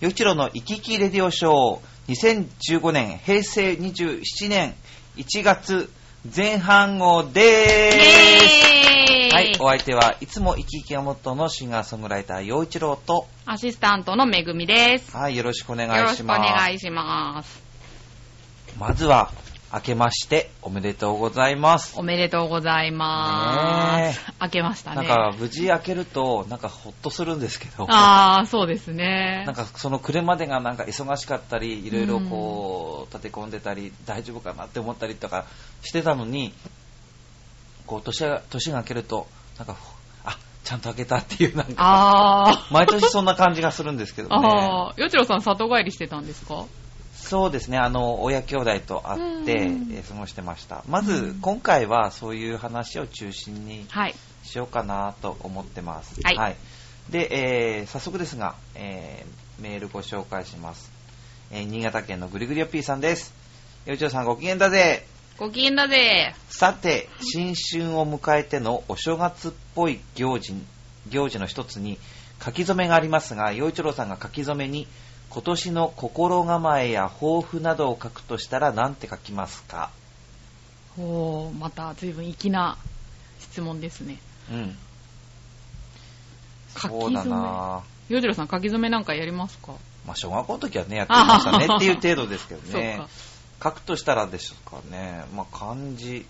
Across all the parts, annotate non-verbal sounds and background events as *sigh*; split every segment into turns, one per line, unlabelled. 与一郎の行き来レディオショー2015年平成27年1月前半号で
イェーイ
すはい、お相手はいつも生き生きがモットーのシンガーソングライター陽一郎と、
アシスタントのめぐみです。
はい、よろしくお願
よろ
い
しく
し
お
ます。
願いします。
まずは、明けましておめでとうございます。
おめでとうございます。明けましたね。
なんか、無事開けると、なんかほっとするんですけど。
ああ、そうですね
なん。かその暮れまでがなんか忙しかったりいろいろこう立て込んでたり大丈夫かなって思ったりとかしてたのにこう年が年が明けるとなんかふあちゃんと明けたっていうなんか
あ
毎年そんな感じがするんですけど
あ、
ね
ああ、よちろさん里帰りしてたんですか
そうですねあの親兄弟と会ってえ
うん
ー過ごしてましたま
う
ず
ん
今回はそういう話を中心に
はい。
しようかなと思ってます。
はい
で、えー早速ですが、えーメールご紹介します。えー新潟県のぐりぐりおっぴーさんです。よいちょうさんご機嫌だぜ。
ご機嫌だぜ。
さて、新春を迎えてのお正月っぽい行事、行事の一つに、書き初めがありますが、洋一郎さんが書き初めに、今年の心構えや抱負などを書くとしたら何て書きますか
おー、また随分粋な質問ですね。
うん。
書き初め
そうだな
よちろさん書き初めなんかやりますか
まあ、小学校の時はね、やってましたねっていう程度ですけど
そう
ね
か。。
書くとしたらでしょうかね。まあ、漢字。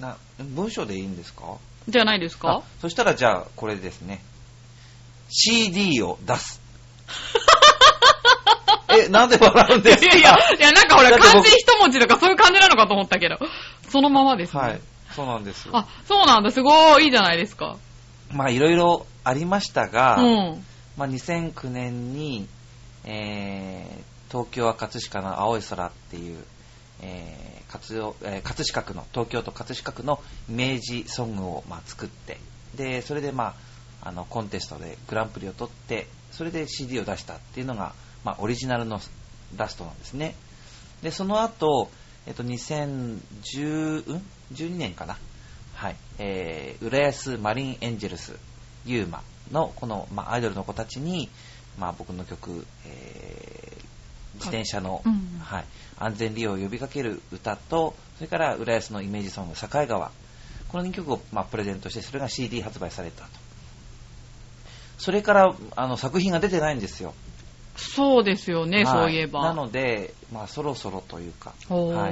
な、文章でいいんですか
じゃないです
あ
か
そしたらじゃあ、これですね。CD を出
*laughs*
す。え、なんで笑うん
い
で
や
す
い
か
やいや、いやなんかほら、
だって
漢
僕
字一文字とかそういう感じなのかと思ったけど、そのままですね。
はい。そうなんですよ。
あ、そうなんだ、すごい、いいじゃないですか。
まあ、いろいろありましたが、
うん。
まあ、2009年に、えー東京は葛飾の青い空っていう、えー活用えー葛飾区の、東京都葛飾区のイメージソングを、まあ、作って、で、それで、まあ、あの、コンテストでグランプリを取って、それで CD を出したっていうのが、まあ、オリジナルのラストなんですね。で、その後、えっと、2010、ん ?12 年かな。はい。えー、浦安マリンエンジェルス、ユーマの、この、まあ、アイドルの子たちに、まあ、僕の曲、えー自転車の、
うん
はい、安全利用を呼びかける歌と、それから浦安のイメージソング、境川。この2曲を、まあ、プレゼントして、それが CD 発売されたと。それから、あの、作品が出てないんですよ。
そうですよね、
は
そういえば。
なので、まあ、そろそろというか、
おー
は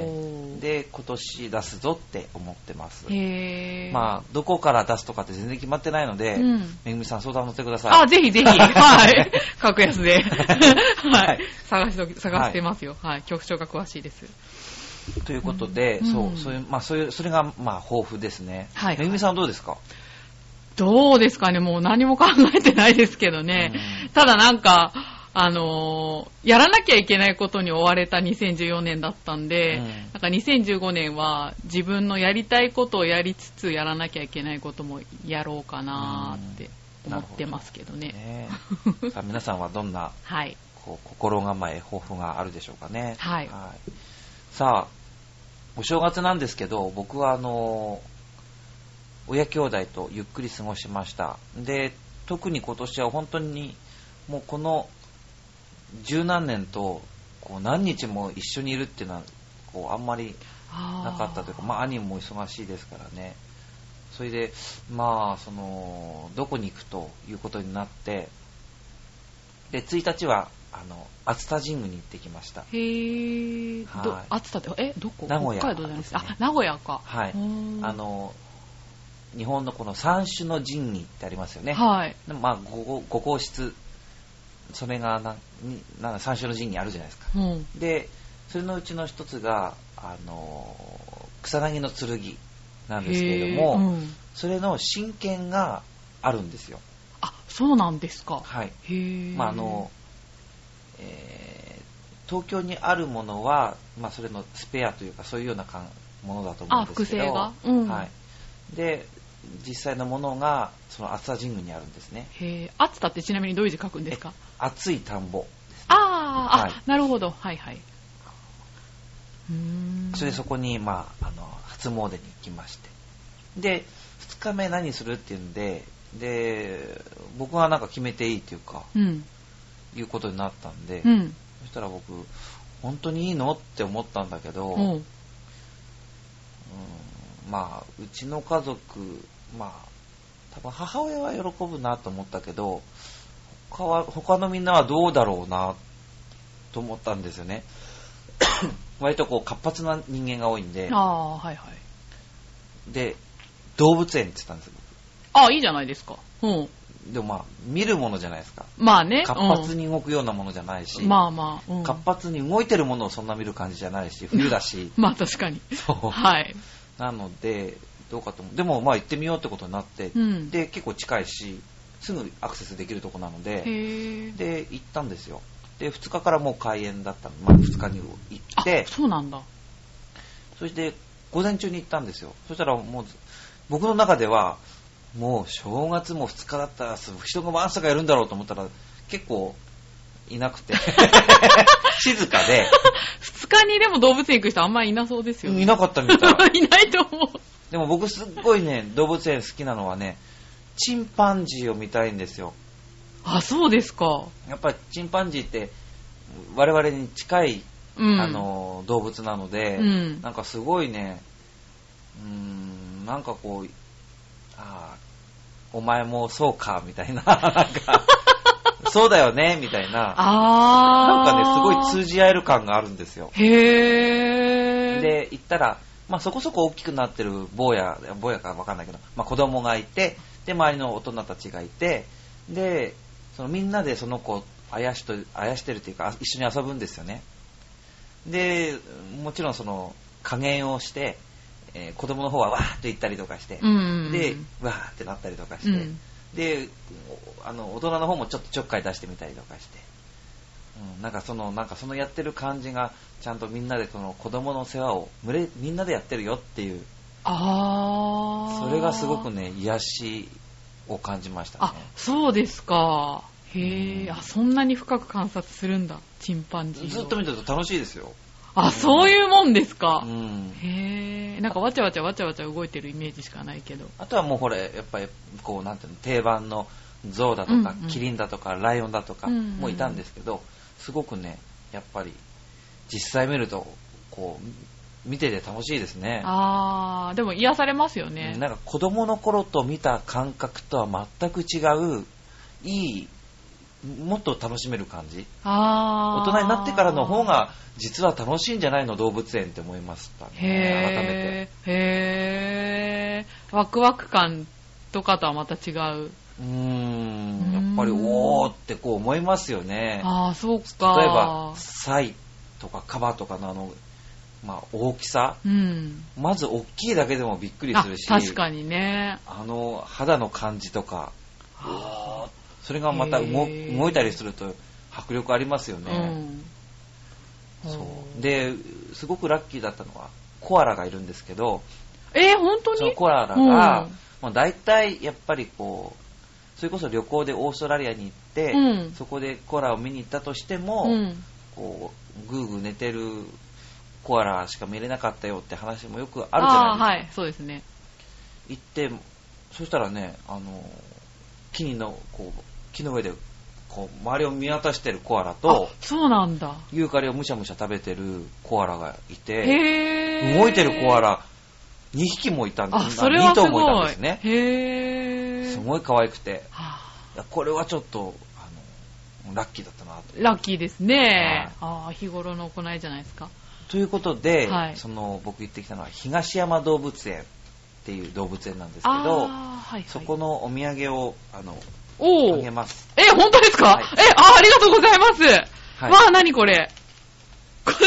い、で今年出すぞって思ってます、
へー。
まあ、どこから出すとかって全然決まってないので、
うん
めぐみさん相談乗ってください
あ、ぜひぜ
*laughs*
ひ、はい。格安で。は
はい
い。探しておき、探してますよ。はい。局長が詳しいです。
ということで、
うん
そううんそういうまあ、そういうそれが、まあ、抱負ですね、
はい
めぐみさんはどうですか
どうですかね、もう何も考えてないですけどね
うん。
ただなんか、あのーやらなきゃいけないことに追われた2014年だったんで、
うん
なんか2015年は自分のやりたいことをやりつつ、やらなきゃいけないこともやろうかなーって思ってますけどね。
ねさあ皆さんはどんな
はい。
こう心構え抱負があるでしょうかね
はい
さあお正月なんですけど僕はあの親兄弟とゆっくり過ごしましたで特に今年は本当にもうこの十何年とこう何日も一緒にいるっていうのはこうあんまりな
な
かったというか、まあ、兄も忙しいですからね、それで、まあ、そのどこに行くということになって、で1日はあの熱田神宮に行ってきました。
へー、ど
はい、
暑さって、え、どこ
名古屋
北海道じゃないですか。
ですね
あ、名古屋か。
はいあ
あ、
の日本のこの三種の神器ってありますよね、
はい。
でまあ、五五皇室、それがなになんか三種の神器あるじゃないですか、
うん。
でそれのうちの一つが、あの草薙の剣なんですけれども、
へーうん
それの親権があるんですよ。
あ、そうなんですか。
はい。
へー。
まあ、あの、えー東京にあるものは、まあ、それのスペアというか、そういうようなかんものだと思うんですけど。
あ複製がうん
はい。で、実際のものが、その厚田神宮にあるんですね。
へー、暑さってちなみにどういう字書くんですか
熱い田んぼ。
あー、あ、
はい
なるほど。はいはい。うーん。
それでそこに、まあ、あの、初詣に行きまして。で、2日目何するっていうんで、で、僕はなんか決めていいっていうか、
うん。
いうことになったんで、
うん。
そしたら僕、本当にいいのって思ったんだけど、
おう
うんまあ、うちの家族、まあ、多分母親は喜ぶなと思ったけど、他は、他のみんなはどうだろうな、と思ったんですよね。
*coughs*
割とこう活発な人間が多いんで、
ああ、はいはい。
で、動物園って言ったんですよ。
ああ、いいじゃないですか。うん。
でもまあ、見るものじゃないですか。
まあね。
活発に動くようなものじゃないし、
うんまあまあ。うん
活発に動いてるものをそんな見る感じじゃないし、冬だ
*laughs*、
し
まあ確かに。
そう。
はい。
なので、どうかと思う。でも、まあ行ってみようってことになって、
うん。
で、結構近いし、すぐアクセスできるとこなので、
へえ。
で、行ったんですよ。で、2日からもう開園だったの。まあ2日に行
あ
って、
そうなんだ。
そして午前中に行ったんですよ。そしたらもう、僕の中では、もう正月も2日だったら、人がワンサがいるんだろうと思ったら、結構いなく
*laughs*
て、静かで、
二日にでも動物園行く人あんまりいなそうですよね。
いなかったみたい。
*laughs* いないと思う。
でも僕すっごいね、動物園好きなのはね、チンパンジーを見たいんですよ。
あ、そうですか。
やっぱりチンパンジーって、我々に近い、
うん。
あ、の動物なので、
うん。
なんかすごいね、うーん、なんかこう、あーお前もそうか、みたいな、なん
*laughs*
か、そうだよね、みたいな、なん
あ
かね、すごい
ね、
通じ合える感があるんですよ。
ごいへー。、
で、行ったら、まあそこそこ大きくなってる坊や、坊やかわかんないけど、まあ子供がいて、で、周りの大人たちがいて、で、そのみんなでその子をあやしと、あやしてるっていうか、あ一緒に遊ぶんですよね。で、もちろんその、加減をして、えー子供の方はわーっと行ったりとかして
う、ん。
で、わーってなったりとかし
う
て、
ん。
で、おあの、大人の方もちょっとちょっかい出してみたりとかして、うん、なんかその、なんかそのやってる感じが、ちゃんとみんなでその子供の世話を、群れ、みんなでやってるよっていう、
あー。
それがすごくね、癒しを感じましたね
あ。、そうですか。へ
う
え、
ん
あ、そんなに深く観察するんだ、チンパンジーを。
ずっと見てると楽しいですよ。
あ、そういうもんです
う
か。
ん。
へえ、なんかわちゃわちゃわちゃわちゃ動いてるイメージしかないけど。
あとはもうほら、やっぱり、こう、なんていうの、定番のゾウだとか
うんう、ん
キリンだとか、ライオンだとか
うんうん
もいたんですけど、すごくね、やっぱり、実際見ると、こう、見てて楽しいですね。
あー、でも癒されますよね
うん。なんか子供の頃と見た感覚とは全く違う、いい、もっと楽しめる感じ。
あ
大
ー。
人になってからの方が、実は楽しいんじゃないの、動物園って思いましたね。改め
へえ、へえ、ワクワク感とかとはまた違う。
て。うーん、やっぱり、おーってこう思いますよね。
あー、そうか。
例えば、サイとかカバとかのあの、まあ、大きさ。
うん。
まず大きいだけでもびっくり
あ
するし、、
確かにね。
あの肌の感じとか、
あ
それがまた動
へー
動いたりすると迫力ありますよ
ー
ね、
うん。
そう
で、
ですごくラッキーだったのはコアラがいるんですけど
えー、本当
その
に
コアラが、
うん
まあ、大体やっぱりこうそれこそ旅行でオーストラリアに行って、
うん
そこでコアラを見に行ったとしても、
うん。
こうぐーぐー寝てるコアラしか見れなかったよって話もよくあるじゃない
あ
です
ー
か、
はい、そうですね。
行ってそしたらねあの木のこう木の上でこう周りを見渡してるコアラと
あそうなんだ。
ユーカリをむしゃむしゃ食べてるコアラがいて、
へー。
動いてるコア。ラ2匹もいたんで
あ、
す
それはす
2頭もいたん
ごい。
ですね。
へー。
すごい可愛くて、
はい
やこれはちょっと、あの、ラッキーだったなと。
あラッキーですね。あー日頃の行いじゃないですか。
ということで、
はい
その、僕行ってきたのは東山動物園っていう動物園なんですけど、
あーはいはい。
そこのお土産を、あの、
お
あ
お。
げます。
え、本当ですか、
はい
え、あー、ありがとうございます。
はい
わあ、何これ。これ、 *laughs*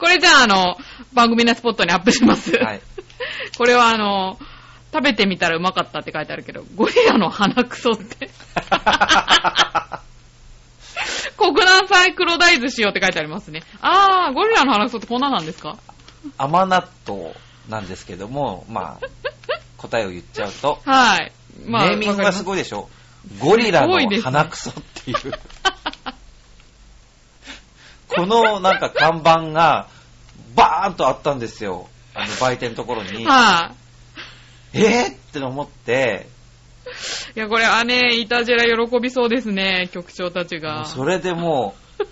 これじゃあ、あの、番組のスポットにアップします。
はい。
*laughs* これはあの、食べてみたらうまかったって書いてあるけど、ゴリラの鼻くそって。 *laughs* 国難サイクロダイズしようって書いてありますね。あー、ゴリラの鼻くそってこんななんですか *laughs*
*laughs* 甘納豆なんですけども、まあ、答えを言っちゃうと、
はい。まあ、
ネーミング
わ
が
か
す
りま
ごいでしょ。ゴリラ
すごいで
の
すね
鼻くそっていう。
*laughs*
このなんか看板がバーンとあったんですよ。あ
*laughs*
の売店のところに。
はい、
えーって思って、
えいや、これ、姉、いたじら喜びそうですね、局長たち
も
が。
うそれでも
*laughs*
う、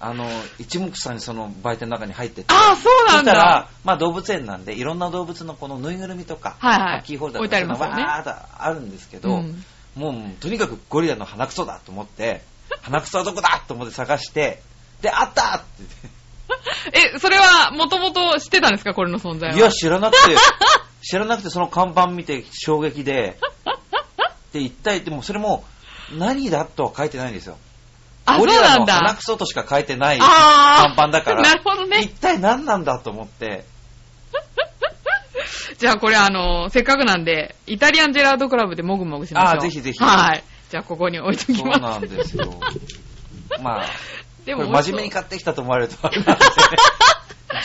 あの、一目散にその売店の中に入ってって。
あ、そう
そ
な
し
ん
たら
だ。、
まあ動物園なんで、いろんな動物のこのぬいぐるみとか、
はいはい
まあキーホルダー
置
と
いて
か
ありますよ
そう
ね
いうのがわーっとあるんですけど、
うん
もうとにかくゴリラの鼻くそだと思
*laughs*
って、鼻くそはどこだと思って探して、で、あったって言って。
え、それは、もともと知ってたんですか、これの存在は。
いや、知ら
*laughs*
なくて、知らなくてその看板見て衝撃で、で、一体、でもそれも何だとは書いてないんですよ。
あ、そ
ゴ
う
リラ
な
の
ん
鼻
だ
く。そとしか書いてない
あー
看板だから、
なるほどね
一体何なんだと思って、
じゃあ、これ、あの、せっかくなんで、イタリアンジェラートクラブでもぐもぐしましょう。
あぜひぜひ
はい。じゃあ、ここに置いとき
そう
ます。
なんです
*laughs*
よ。まあ、
で
こ
も、
れ真面目に
買
買ってきたと思われるとあれなんで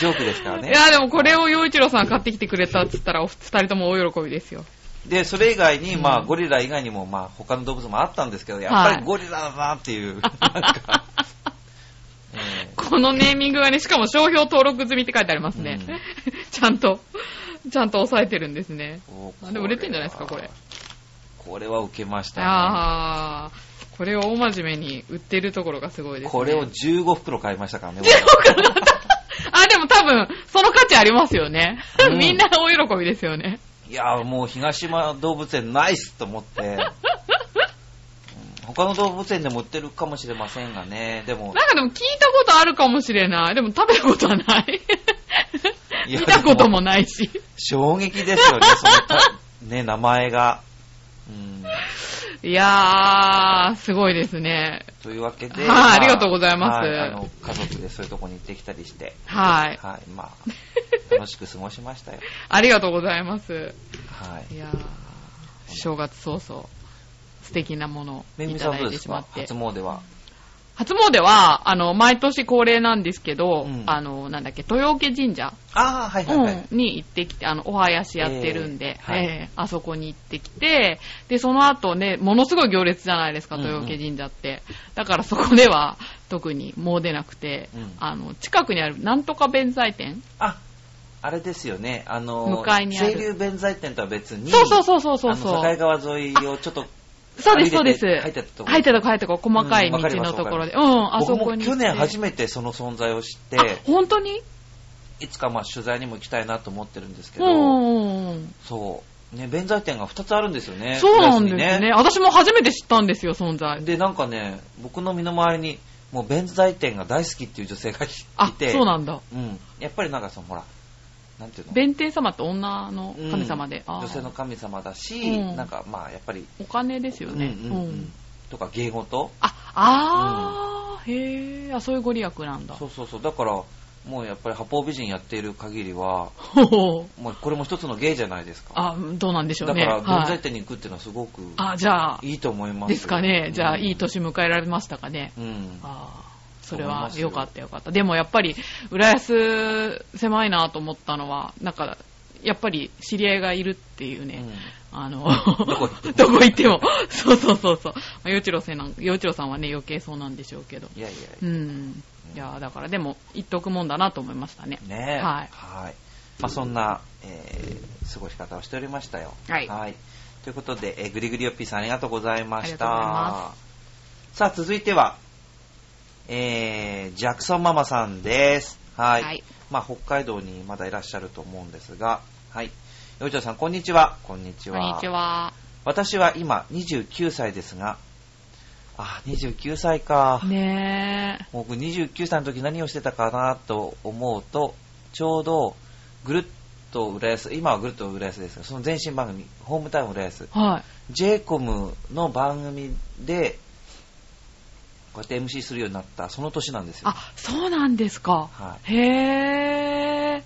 *laughs*
ジョークですからね
い。や、でもこれを洋一郎さん買ってきてくれたっつったら、お二人とも大喜びですよ。
で、それ以外に、まあ、
うん
ゴリラ以外にも、まあ、他の動物もあったんですけど、やっぱ
は
り
い
ゴリラだなって
*laughs*
いう、なんか、えー
このネーミングはね、しかも商標登録済みって書いてありますね。
うん
*laughs* ちゃんと、ちゃんと抑えてるんですね。
お
あでも売れてんじゃないですかこれ。
これは受けました
あー、これを大真面目に売ってるところがすご
ね。
いですね。
これを15袋買いましたからね。
あ、でも多分、その価値ありますよね。
うん
*laughs* みんな大喜びですよね。
いやーもう東島動物園ナイスと思
*laughs*
って。うん他の動物園でも売ってるかもしれませんがね。でも、
なんかでも聞いたことあるかもしれない。でも食べたことはない。
いや
見たこともないし。
衝撃ですよね、そのた、ね、名前が。うん
いやー、すごいですね。
というわけで、
はいありがとうございます
はいあの家族でそういうとこに行ってきたりして、
はい。
はい、ま
*laughs*
あ、楽しく過ごしましたよ。
ありがとうございます。
はい。
いやー、正月早々、素敵なものを
めぐ
い
み
た
さん
だ
どう
い
です
てしま
か
って
初。詣は。
初詣は、あの、毎年恒例なんですけど、
うん
あの、なんだっけ、豊受神社
ああ、はいはいはい。
うんに行ってきて、あの、お囃子やってるんで、
えーはい
えーあそこに行ってきて、で、その後ね、ものすごい行列じゃないですか、
うんうん
豊受神社って。だからそこでは、特にもう出なくて、
うん
あの、近くにある、なんとか弁財天、
あ、あれですよね、あの、
向かいにある
清流弁財天とは別に、
そうそうそうそうそうそう
あの境川沿いをちょっと、
そうです、そう
歩い
で
て
す。
て入ってったとこ
入ってたとこ、入ってたとこ、細かい
うん
道
わかります
のところで。うん、あそ
僕
こ
も
に。
去年初
め
めてその存在を知って、
あ、本当に
いつかまあ取材にも行きたいなと思ってるんですけ
う
ど、
んうんうん。
そう、ね、弁財天が2つあるんですよね。
そうなんです
浦安に
ね。私も初めて知ったんですよ、存在。
で、なんかね、僕の身の回りに、もう弁財天が大好きっていう女性がい
あ、
て、
そうなんだ。
うん。やっぱりなんかその、ほら、なんていうの
弁天様って女の神様で。
うん
あー
女性の神様だし、
うん
なんかまあ、やっぱり、
お金ですよね。
うんうんうん
うん
とか芸事
あ、あー、へー、あ、そういうご利益なんだ。
そうそうそう。だから、もうやっぱり八方美人やっている限りは、
ほほ
もうこれも一つの芸じゃないですか。
*laughs* あ、どうなんでしょう
だか
ね。
ら、弁
は
財
い、
天に行くっていうのはすごく
あ、じゃあ、
いいと思いますよ。
ですかね。じゃあ、
うん
いい。年迎えられましたかね。
うん。
あーそれ
思いま
は
すよ
よかったよかった。でもやっぱり、浦安狭いなと思ったのは、なんか、やっぱり知り合いがいるっていうね、あの、ど
こ行っても
行っても、そうそうそうそう。まあ、洋一郎さんなん洋一郎さんはね、余計そうなんでしょうけど。
うんいやいやいや。
うん。いやーだからでも、言っとくもんだなと思いましたね。
ねえ。
はい
まあ、そんな、えー過ごし方をしておりましたよ。
はい
ということで、えー、ぐりぐりよっぴーさんありがとうございました。
ありがとうございま
さあ、続いては、えージャクソンママさんです。はい。
はい
まあ、北海道にまだいらっしゃると思うんですが、はい。よいちょうさん、こんにちは。こんにち
こ
は。
んにちは。
私は今、29歳ですが、あ、29歳か。
ねえ。
僕29歳の時何をしてたかなと思うと、ちょうどぐるっと浦安、今はぐるっと浦安ですが、その前身番組、ホームタウン浦安、
はい。
j イコムの番組で、こうやって MC するようになった、その年なんですよ。
あ、そうなんですか。
は
へえ。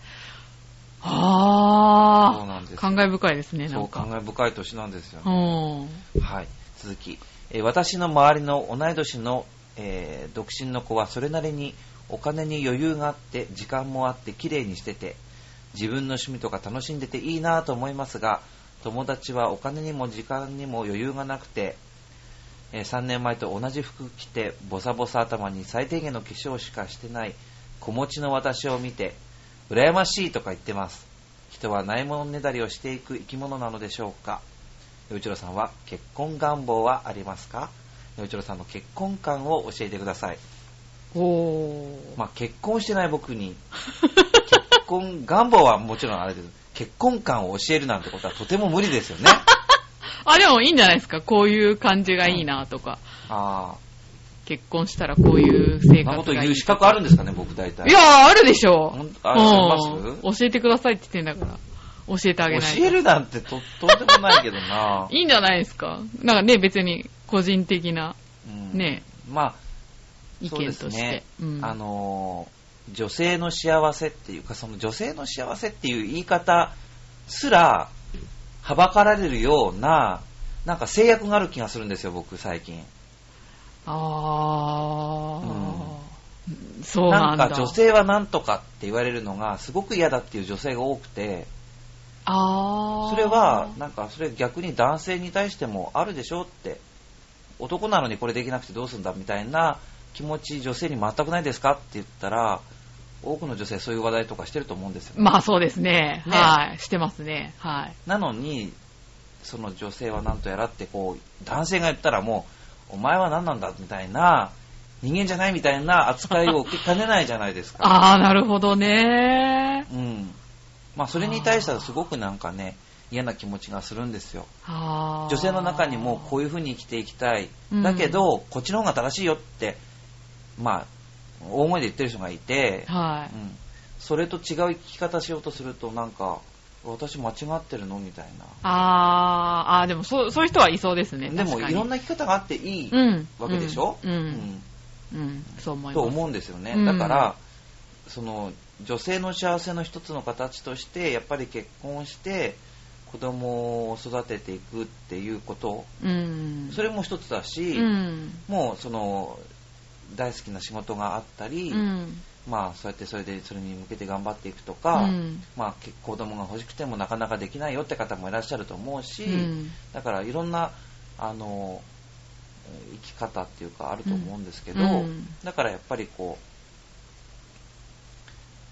そうな
あ
んで
あ。
す
感慨深いですね、な
そ
ん
う、感
か。
慨深い年なんですよ
う。ん。
はい、続き、えー私の周りの同い年の、えー独身の子はそれなりにお金に余裕があって時間もあって綺麗にしてて自分の趣味とか楽しんでていいなと思いますが友達はお金にも時間にも余裕がなくて、え3年前と同じ服着てボサボサ頭に最低限の化粧しかしてない子持ちの私を見て羨ましいとか言ってます人はないものねだりをしていく生き物なのでしょうか与一郎さんは結婚願望はありますか与一郎さんの結婚観を教えてください。
おー。
まあ、結婚してない僕に、結婚願望はもちろんあれです。結婚観を教えるなんてことはとても無理ですよね。
あ、でもいいんじゃないですか。こういう感じがいいなとか、
ああ、
結婚したらこういう生
そんなこ
活
と
がい
言う
い
資格あるんですかね、僕大体。
いやー、あるでしょ
ほん。ああり
うん。教えてくださいって言ってんだから。教えてあげないと。。
教えるなんてと、とんでもないけどな
いいんじゃないですか。なんかね、別に個人的な
うん
ね、
まあ、
意見
そうで
と
す
して。
ね
うん、
あのー女性の幸せっていうかその女性の幸せっていう言い方すらはばかられるようななんか制約がある気がするんですよ僕最近
あー、そうな
なんん
だ。
か女性はなんとかって言われるのがすごく嫌だっていう女性が多くて
あー
それはなんかそれ逆に男性に対してもあるでしょって男なのにこれできなくてどうすんだみたいな気持ち女性に全くないですかって言ったら多くの女性そういう話題とかしてると思うんですよ
まあそうですね。
ね
はい。してますね。はい。
なのに、その女性はなんとやらって、こう、男性が言ったらもう、お前は何なんだみたいな、人間じゃないみたいな扱いを受けかねないじゃないですか。
あー、なるほどね。
うん。まあ、それに対してはすごくなんかね、嫌な気持ちがするんですよ。
あー
女性の中にもこういう風に生きていきたい
うん。
だけど、こっちの方が正しいよって、まあ、大声で言ってる人がいて、
は
うん。それと違う生き方しようとすると、なんか、私間違ってるのみたいな。
あーあー、でもそうそういう人はいそうですね。
でも
確か
い
に
ろんな生き方があっていい
うん
わけでしょ、
うんうんそう思い
と
ます。
思うんですよね、
うん
だからその女性の幸せの一つの形としてやっぱり結婚して子供を育てていくっていうこと
うん。
それも一つだし、
うん。
もうその大好きな仕事があったり、
うん。
まあそうやってそれでそれに向けて頑張っていくとか、
うん
まあ、け子供が欲しくてもなかなかできないよって方もいらっしゃると思うし、
うん
だからいろんなあの生き方っていうかあると思うんですけど、
うん
だからやっぱりこ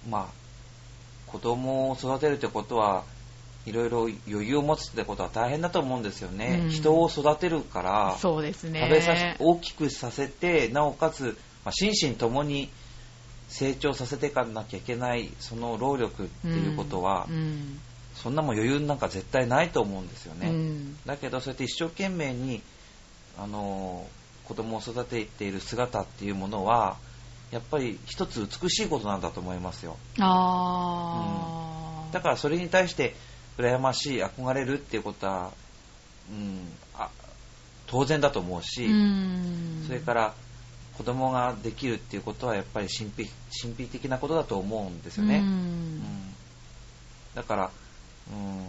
うまあ子供を育てるってことはいろいろ余裕を持つってことは大変だと思うんですよね、
うん
人を育てるから食
そうですね。
べさせ大きくさせてなおかつ、まあ、心身ともに成長させていかなきゃいけないその労力っていうことは、
うん
そんなもん余裕なんか絶対ないと思うんですよ
う
ね。
ん
だけどそうやって一生懸命に、あのー子供を育てている姿っていうものはやっぱり一つ美しいことなんだと思いますよ
ああ、
だからそれに対して羨ましい憧れるっていうことは、うん、あ当然だと思うし、
うん、
それから子供ができるっていうことはやっぱり神秘神秘的なことだと思うんですよね、
うん
うんだから、うん、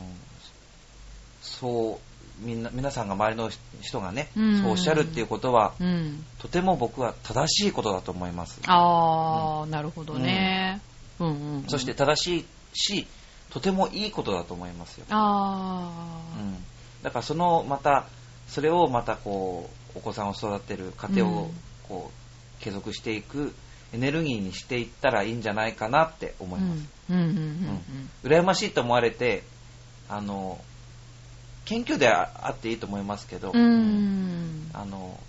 そう、みんな、皆さんが周りの人がね、
うん
そうおっしゃるっていうことは、
うん
とても僕は正しいことだと思います。
ああ、なるほどね。うんうんうん
そして、正しいし、とてもいいことだと思いますよ。
あ
う
あ、
ん、だからその、また、それをまたこう、お子さんを育てる過程
う
を
ん、
こう、継続していくエネルギーにしていったらいいんじゃないかなって思います。
うんうんうんうん
羨ましいと思われてあの謙虚であっていいと思いますけど、
うんうん
あの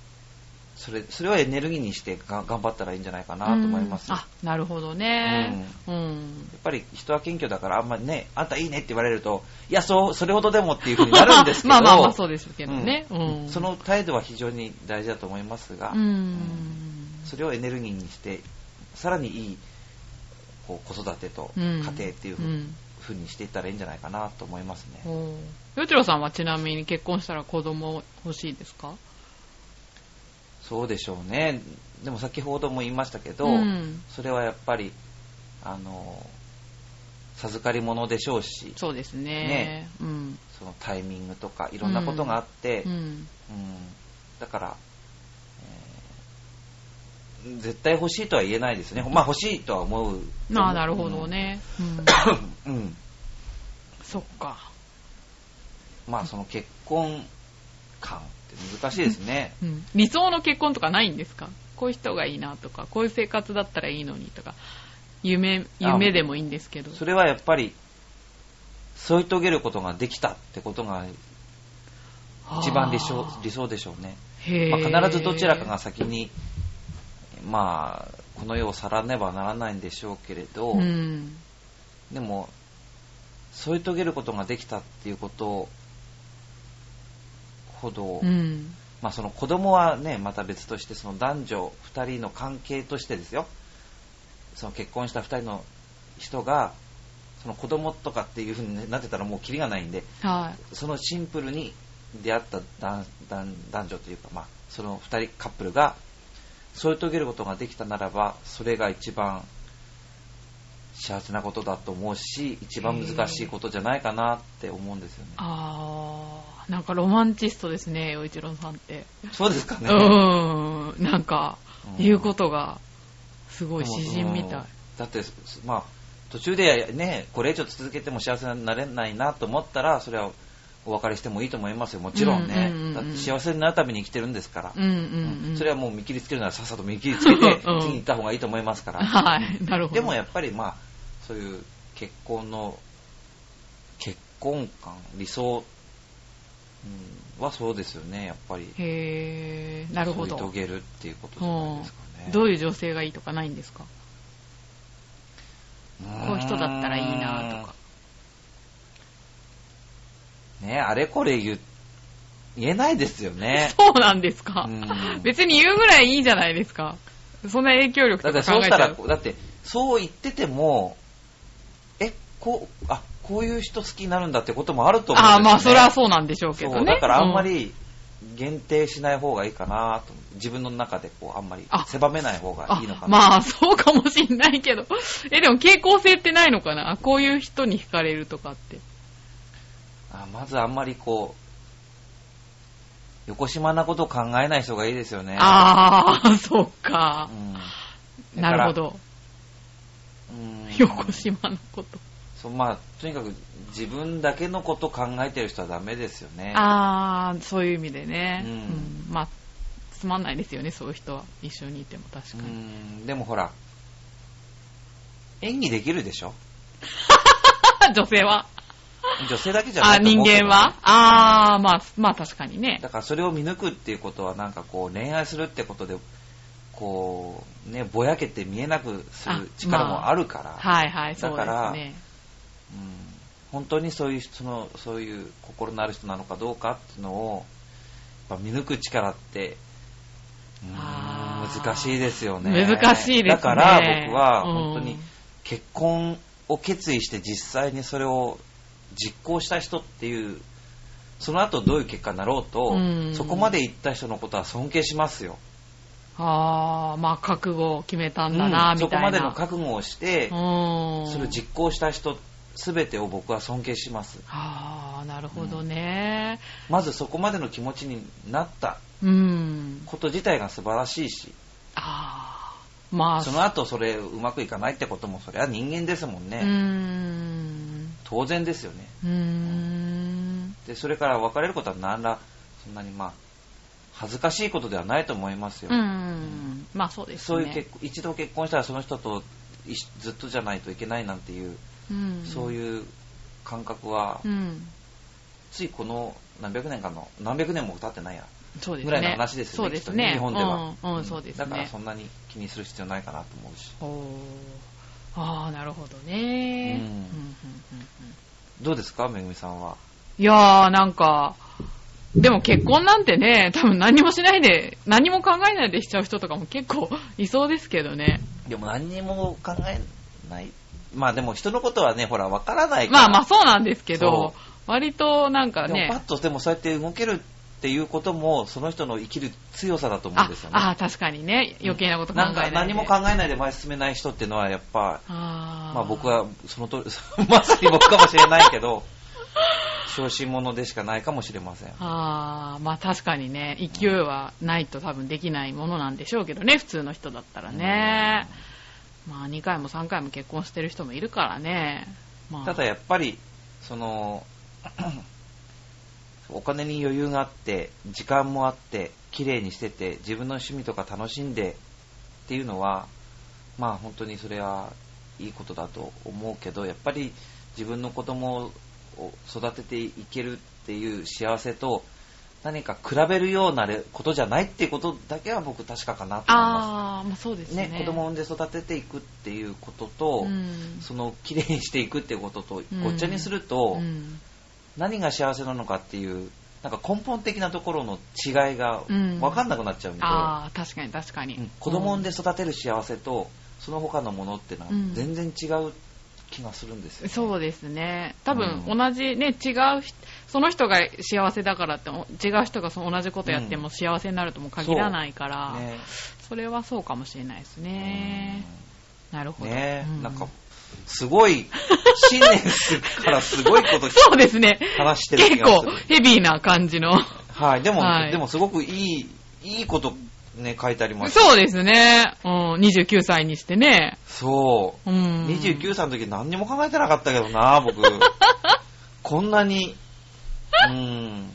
それそれはエネルギーにしてが頑張ったらいいんじゃないかなと思います、
うん
や
あなるほどね、うん
っぱり人は謙虚だからあんまりねあんたいいねって言われるといやそうそれほどでもっていうふうになるんですけど
*laughs* まあまあまあそうですけどね、うん
その態度は非常に大事だと思いますが、
うん、
それをエネルギーにしてさらにいいこう子育てと
う
家
ん
庭っていうふう
うん
ふうにしていったらいいんじゃないかなと思いますね。
おーよちろさんはちなみに結婚したら子供欲しいですか
そうでしょうね。でも先ほども言いましたけど、
うん
それはやっぱり、あの、授かり物でしょうし、
そうですね
ね
うん
そのタイミングとかいろんなことがあって、
う
うん
ん
だから、えー絶対欲しいとは言えないですね。まあ欲しいとは思う。
ああなるほどね、うん、 *coughs*
うん。うん。
そっか
まあその結婚感って難しいですね。
うん理想の結婚とかないんですかこういう人がいいなとかこういう生活だったらいいのにとか夢夢でもいいんですけど
それはやっぱり、添い遂げることができたってことが
はあ
一番理想理想でしょうね、
へー
まあ、必ずどちらかが先に、まあ、この世を去らねばならないんでしょうけれど、
うん
でも添い遂げることができたっていうことほど、
うん
まあ、その子供はねまた別としてその男女2人の関係としてですよその結婚した2人の人がその子供とかっていう風になってたらもうキリがないんで
はい
そのシンプルに出会った男男男女というか、まあ、その2人カップルが添い遂げることができたならばそれが一番幸せなことだと思うし一番難しいことじゃないかなって思うんですよね。
あーなんかロマンチストですね陽一郎さんって
そうですかね、
うんなんか
うん
言うことがすごい
でも
詩人みたい
うんだって、すまあ、途中でね、これ以上続けても幸せになれないなと思ったら、それはお別れしてもいいと思いますよ、もちろんね。
うんうんうんうん
だって幸せになるために生きてるんですから。
うんうんうん、
それはもう見切りつけるならさっさと見切りつけて
うん
次に行った方がいいと思いますから。
はいなるほど
でもやっぱり、まあ、そういう結婚の、結婚観、理想、うんはそうですよね、やっぱり。
へえなるほど
添い遂げるっていうことじゃないですかね。
どういう女性がいいとかないんですかこういう人だったらいいなとか。
ねあれこれ言う言えないですよね。
そうなんですか
うん
別に言うぐらいいいじゃないですかそんな影響力
だ
と
って
か
そう
考え
し
ち
た
ゃ
ら、
う
だってそう言ってても、え、こう、あ、こういう人好きになるんだってこともあると思うんです
あ
よ、
あ
ね。
まあそれはそうなんでしょうけ
そう
どね
だからあんまり限定しない方がいいかなと。自分の中でこう、あんまり
あ
狭めない方が
あ
いいのかな。
まあ、そうかもしんないけど。 *laughs* え、でも傾向性ってないのかなこういう人に惹かれるとかって。
あまずあんまりこう、横島なことを考えない人がいいですよね。
ああ、そうか
う。ん
なるほ。ど。
うん
横島のこと。
そうまあ、とにかく自分だけのこと考えてる人はダメですよね。
ああ、そういう意味でね。
う
うんんまあ、つまんないですよね、そういう人は。一緒にいても確
う
かに。
ん、でもほら、演技できるで
*laughs*
しょ
*laughs* 女性は
女性だけじゃな
あ
いと
人
思うけどね
間はああ、まあ、まあ確かにね
だ。からそれを見抜くっていうことはなんかこう恋愛するってことで、こう、ね、ぼやけて見えなくする力もあるから、
はいはい、そうで
だから
すね。
うん本当にそういうそのそういう心のある人なのかどうかっていうのをやっぱ見抜く力ってうーん
あー
難しいですよね
難しいですね
だから僕は本当
う
に
ん
結婚を決意して実際にそれを実行した人っていうその後どういう結果になろうと、
うん
そこまで行った人のことは尊敬しますよ、
ああ、まあ覚悟を決めたんだな、
うん
み
そ
た
こ
い
ま
な。
での覚悟をして、
うん。
それを実行した人全てを僕は尊敬します
ああ、なるほどね。
まずそこまでの気持ちになった
うん。
こと自体が素晴らしいし、
ああ、まあ、
その後それうまくいかないってことも、それは人間ですもん
う
ね。
ーん。
当然ですよね。
うーん。
で、それから別れることは何ら、そんなにまあ、恥ずかしいことではないと思いますよ。
うん。まあそうですね。
そういう結婚、一度結婚したらその人といしずっとじゃないといけないなんていう、
うん、
そういう感覚は、
うん。
ついこの何百年かの、何百年も経ってないや、
そうですね。
ぐらいの話ですよ
そう
ね、
で
きっと
すね。
日本では。
うん、うん、そうですね。
だからそんなに気にする必要ないかなと思うし。
おーああ、なるほどね。
うん
うんうんうんうん
どうですか、めぐみさんは。
いやー、なんか、でも結婚なんてね、多分何もしないで、何も考えないでしちゃう人とかも結構 *laughs* いそうですけどね。
でも何にも考えない。まあでも人のことはね、ほら、わからないから。
まあまあそうなんですけど
そ、
割となんか
でもパ
ね
ッ、とでもそうやって動けるっていうことも、その人の生きる強さだと思うん
あ
ですよね。
あー、確かにね、余計なこと考え
な
なんい
か
で。
何も考えないで前進めない人っていうのはやっぱ、
あー
まあ僕はそのと *laughs* まさに僕かもしれないけど、小心者でしかないかもしれません。
あーまあ確かにね、勢いはないと多分できないものなんでしょうけどね、普通の人だったらね。まあ2回も3回も結婚してる人もいるからね。まあ、
ただやっぱり、その、 *clears throat* お金に余裕があって、時間もあって、綺麗にしてて、自分の趣味とか楽しんでっていうのは、まあ本当にそれはいいことだと思うけど、やっぱり自分の子供を育てていけるっていう幸せと、何か比べるようなれことじゃないっていうことだけは僕確かかなと思いま
あー、まあそうです
す。
ね
ね、子供を産んで育てていくっていうことと、
うん
その綺麗にしていくっていうことと
ん
ごっちゃにすると、
うん
何が幸せなのかっていうなんか根本的なところの違いが
うん
分かんなくなっちゃうんで、
ああ確かに確かに、
うん子供を産んで育てる幸せとその他のものってのは
うん
全然違う気がするんですよ、ね
そうですね多分
うん
同じね違う人その人が幸せだからってお違う人がその同じことやっても幸せになるとも限らないから、
ね
それはそうかもしれないですね、なるほど、
ね
う
なんかすごい新年からすごいこと
そうですね
話してる気
*laughs* 結
が
構
する
ヘビーな感じの
はいでも、
はい
でもすごくいいいいことね書いてありました
そうですね、うん、29歳にしてね、
そう
うん、
29歳の時何にも考えてなかったけどな、
*laughs*
僕。こんなに、うん、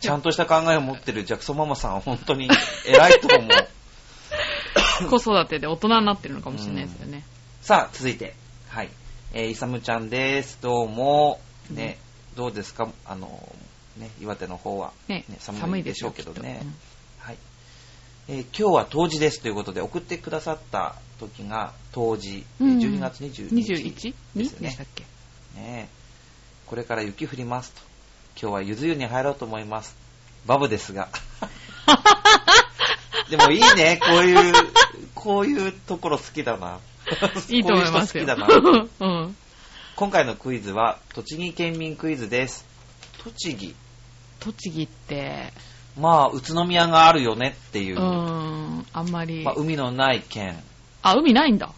ちゃんとした考えを持ってるジャクソンママさんは本当に偉いと
*laughs*
思う。
子育てで大人になってるのかもしれないですよね、
さあ、続いて。はい。えーイサムちゃんです。どうも。ね、どうですかあの、ね、岩手の方は。
ね寒いでしょうけどね、
はい。えー今日は冬至ですということで、送ってくださった時が冬至、えー12月22日
21
で
に
す
で
ね
したっけ
ねえこれから雪降りますと今日はゆず湯に入ろうと思いますバブです
*laughs*
がでもいいねこういうこういうところ好きだな
*laughs* いいと思いますよ。
こういう人好きだな
*laughs* うん。
今回のクイズは栃木県民クイズです栃木
栃木って、
まあ宇都宮があるよねっていうう、
ーん、あんまり
まあ、、海のない県
あ、海ないんだ。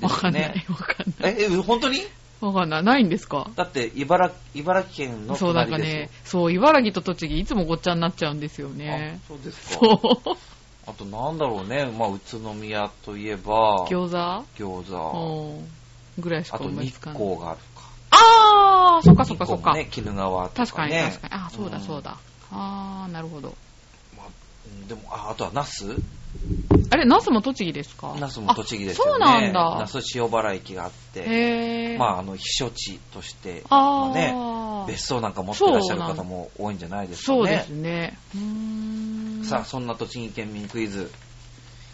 で
わ
すよ
かんな
ね
い、 *laughs* わかんない。
ええ本当に
わかんない。ないんですか
だって茨茨城県の
そう、なん
隣
か
ですよ
ね、そう、茨城と栃木、いつもごっちゃになっちゃうんですよね
あ。そうですか
そう。
あとなんだろうね、まあ、宇都宮といえば餃
餃
子、
子うん。ぐらいしか
あと
思い
日
つかない。
光があるか、
あー、そっかそっか
日
そっ
光
か。
もね、鬼怒川と
確か
か
に
ね、
確かに。あー、そうだ
ん
そう、だ。あー、なるほど。
まあうんでもああとは那須、
あれ、ナスも栃木ですか
那須も栃木です
あ
よね、
そうな
那
んだ。
須塩原駅があって、
へー。
まあ、あの避暑地として、
あ
まあ
ー
ね、別荘なんか持ってらっしゃる方も多いんじゃないですか
そうで
ね
す。ね。うーん
さあ、そんな栃木県民クイズ。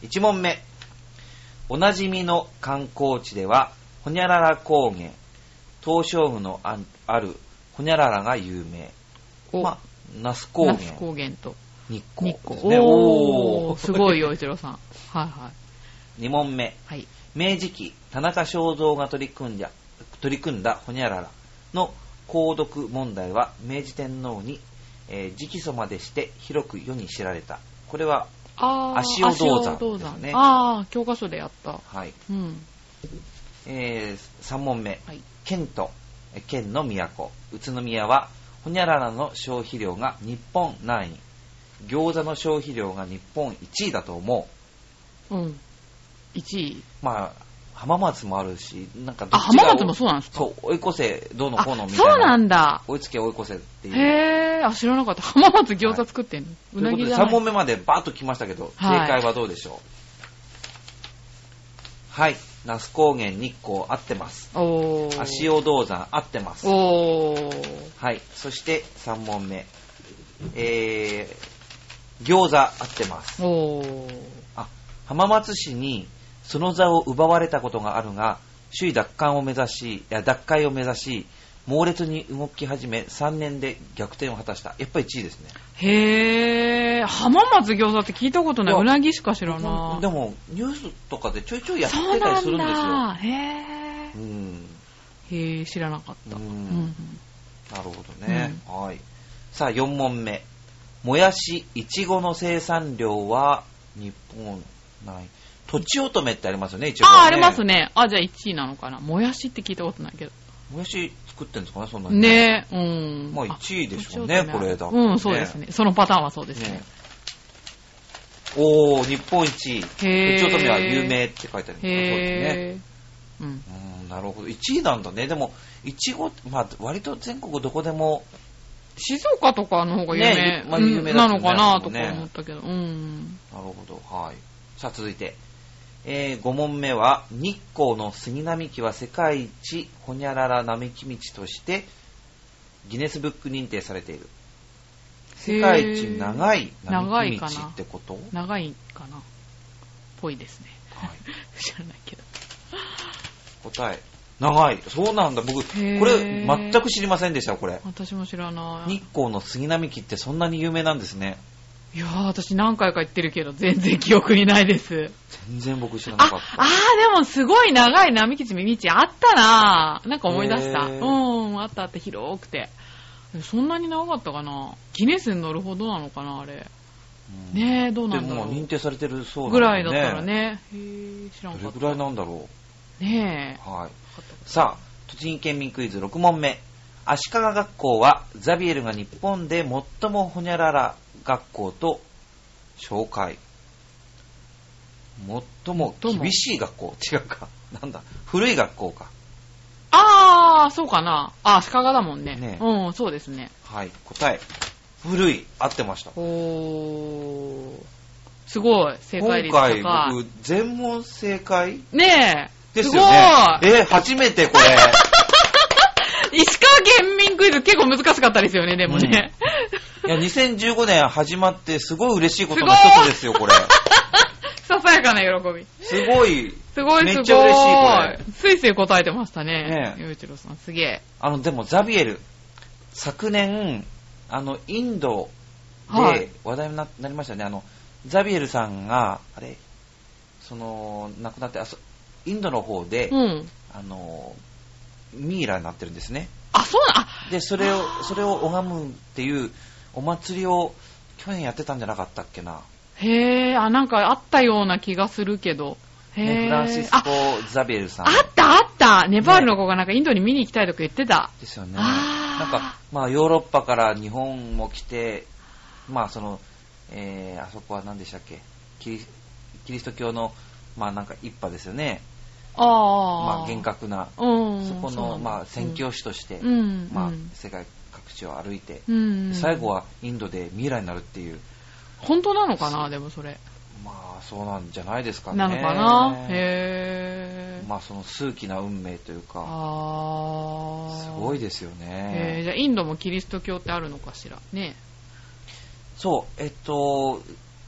1問目。おなじみの観光地では、ほにゃらら高原、東照宮のあんあるほにゃららが有名。
お
まあ、那須高
那
原、
須高原と
日光
日
で
光。
すね。
おー、すご
*laughs*
い
い。
よ、一郎さん。はいはい。
2問目。
はい。
明治期、田中正造が取り組んだ、取り組んだほにゃららの鉱毒問題は明治天皇に、えー直訴までして広く世に知られた。これは、
あー、
足尾銅山
足尾
ですね
あー、教科書でやった。
はい。
うん。
え3問目、
はい。
県とえー県の都宇都宮はほにゃららの消費量が日本何位餃子の消費量が日本1位だと思
うん。1位。
うまあ浜松もあるしなんかど
あ、
っちが
浜松もそうなんですか
そう追い越せどうの
あ、
こうのみたいな
そうなんだ。
追いつけ追い越せっていう
へー、あ、知らなかった。浜松餃子作ってん
と
のう
い
な
うこと
ぎ
で
じゃ
3
ない
問目までバーッと来ましたけど、
はい
正解はどうでしょうはい那須高原日光合ってます
おー。
足尾銅山合ってます
おー。
はい。そして3問目。えー、餃子合ってます。
おー。
あ、浜松市にその座を奪われたことがあるが、首位奪還を目指し、いや奪回を目指し、猛烈に動き始め、3年で逆転を果たした。やっぱり1位ですね。
へー、浜松餃子って聞いたことな
う
い。
わ
うなぎしか知らない。
でも、ニュースとかでちょいちょいやっ
そう
てたり
な
するんですよ。
だ。へ
う
ー。
ん。
へー、知らなかった。
う
うんん。
なるほどね。はい。さあ、4問目。もやし、いちごの生産量は日本ない。とちおとめってありますよね、いちご、
ああ、あります。ね。あ、じゃあ1位なのかな。もやしって聞いたことないけど。
もやし作ってんですかね、そんなに。
ねえ、うん。
まあ1位でしょうね
とちおとめ
これだとね
うん、そうですね。そのパターンはそうですね。
ねおー、日本一位。と
ー
ちおとめは有名って書いてあるんですねそうですね。
へー。うん。
うん、なるほど。1位なんだね。でも、いちご、まあ、割と全国どこでも、
静岡とかの方が有名
ねまあ有名だ
な
とね
のかな
あそ
と
こ
か
ね
思ったけど。うん。
なるほど。はい。さあ、続いて。えー5問目は、日光の杉並木は世界一ほにゃらら並木道として、ギネスブック認定されている。世界一長い
長
並木
い
道
かな
ってこと
長いかなぽいですね *laughs*
はい
知らないけど
答え長いそうなんだ僕こ
へー
れ全く知りませんでしたこれ
私も知らない
日光の杉並木ってそんなに有名なんですね
いやー私何回か行ってるけど全然記憶にないです
全然僕知らな
あ
かった
あーでもすごい長い並木道道あったななんか思い出した
へー
うんあったあった広くてそんなに長かったかなギネスに乗るほどなのかなあれ
うん
ねえどうなんだろう
でも認定されてるそう
ぐ
な
ら
ん
い
で
だっ
ね
たらねへー知らん
ど
か
れ
っ
ぐ
た
らいなんだろ
ね
うはい
え
さあ栃木県民クイズ6問目足利学校はザビエルが日本で最もホニャララ学校と紹介最も厳しい学校違うか *laughs* なんだ古い学校か
あーそうかなあー鹿賀だもんね
ねえ
うんそうですね
はい答え古い合ってました
おーすごい正
今
解率高
回
い
僕全問正解
ねえ
ですよね
すごい
え初めてこれ
石川県民クイズ結構難しかったですよね、でもね。
いや2015年始まってすごい嬉しいことの一つですよ
*laughs*
これ
ささやかな喜び。
すごい
すごいすごい。
めっちゃ嬉しいこれ
スイスイ答えてましたね。
ねえ
ゆういちろうさん、すげえ。
あの、でもザビエル、昨年、あの、インド
はい
で話題にななりましたよね。あの、ザビエルさんが、あれ、その、亡くなって、あそインドの方で、
うん。
あの、ミイラになってるんですね。
あ、そうな、あ、
で、それを、それを拝むっていうお祭りを、去年やってたんじゃなかったっけな。
へえ、あ、なんかあったような気がするけど。へえ、
ね、フランシスコ
あ、・
ザビエルさん。
あったあったネパールの子がなんかインドに見に行きたいとか言ってた。
ですよね。
あー
なんか、まあ、ヨーロッパから日本も来て、まあ、その、えー、あそこは何でしたっけキリ、キリスト教の、まあ、なんか一派ですよね。
ああ。
まあ、厳。格な、
うん。
そこ
うな
の、
んだ
まあ、宣教師として、
うん。
まあ
うん、
世界各地を歩いて、
うん。
最後。はインドでミイラになるっていう、
本当なのかな、でもそれ。
まあ、そうなんじゃないですかね。
なのかなへえ。
まあ、その数奇な運命というか、
あー
すごいですよ
えー
ね。
じゃあインドもキリスト教ってあるのかしらね
そう、えっと、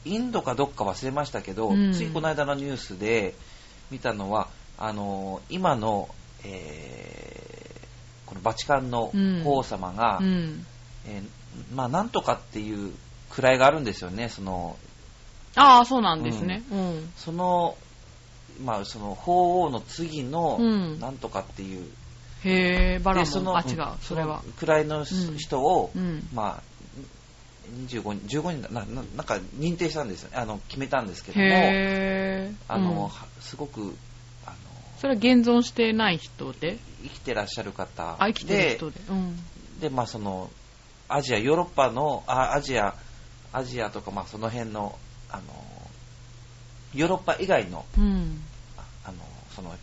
インドかどっか忘れましたけど、
うん
ついこの間のニュースで見たのは、あの今の、えーこのバチカンの
うん
皇様が、
うん
えーまあ、なんとかっていう位があるんですよね、その、
ああそうなんですねうん、
その、まあ、その法王の次の、
うん
なんとかっていう、
へえバラ
でそ
モン
の
あ違
うん
うそれは
の位の
うん
人を、
うん
まあ、25人、15人だな、ななんか認定したんですよね、あの決めたんですけども、
へえ
あの、
うん
はすごくあの
それは現存してない人で
生きてらっしゃる方
あ生きてる人でうん
で、まあ、そのアジアヨーロッパのあアジアアジアとか、まあ、その辺のあのヨーロッパ以外の
うん
ああのその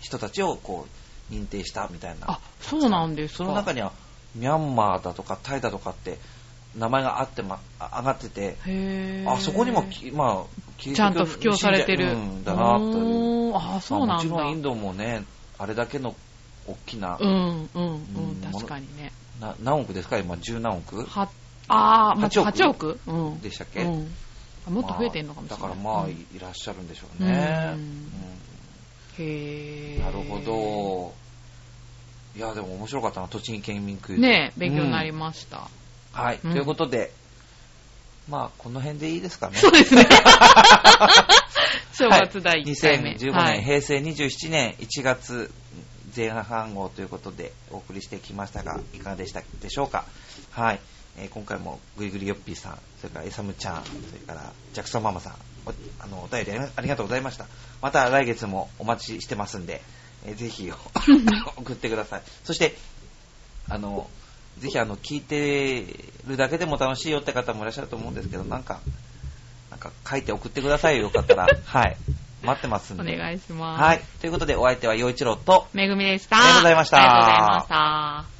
人たちをこう認定したみたいな
あそうなんですか
その中にはミャンマーだとかタイだとかって名前があって、ま、あ上がってて
へえ
あそこにもき、まあ、キリス
ちゃ
ト教
んと布教されてる、
うんだなという。
おーああそうなんだ、
まあもちろんインドもね、あれだけの大きな、
うんうんう
う
ん
ん
確かにね
な何億ですか、今、十何億
はああ
八億
8億、うん、
でしたっけ、
うんあもっと増えてんのかもしれな
まあ
い、
だからまあ、
うん
いらっしゃるんでしょうね。
うん
う
へ
ん
ー
なるほど。いや、でも面白かったな、栃木県民クイズ。
ねえ、勉強になりました。
はい、
うん
ということで、まあ、この辺でいいですかね。
そうです
*laughs*
ね。正
はい
月第1回目。
2015年、
はい
平成27年1月前半号ということでお送りしてきましたが、いかがでしたでしょうか。はい。えー今回もぐいぐりよっぴーさん、それからえさむちゃん、それからジャクソンママさん、おあのお便りありありがとうございました。また来月もお待ちしてますんで、えーぜひ
*laughs*
送ってください。そして、あの、ぜひあの、聞いてるだけでも楽しいよって方もいらっしゃると思うんですけど、なんか、なんか書いて送ってくださいよ、よかった
*laughs*
ら。はい。待ってますんで。
お願いします。
はい。ということで、お相手は陽一郎と、
めぐみでした。
ありがとうございました
ありがとうございました。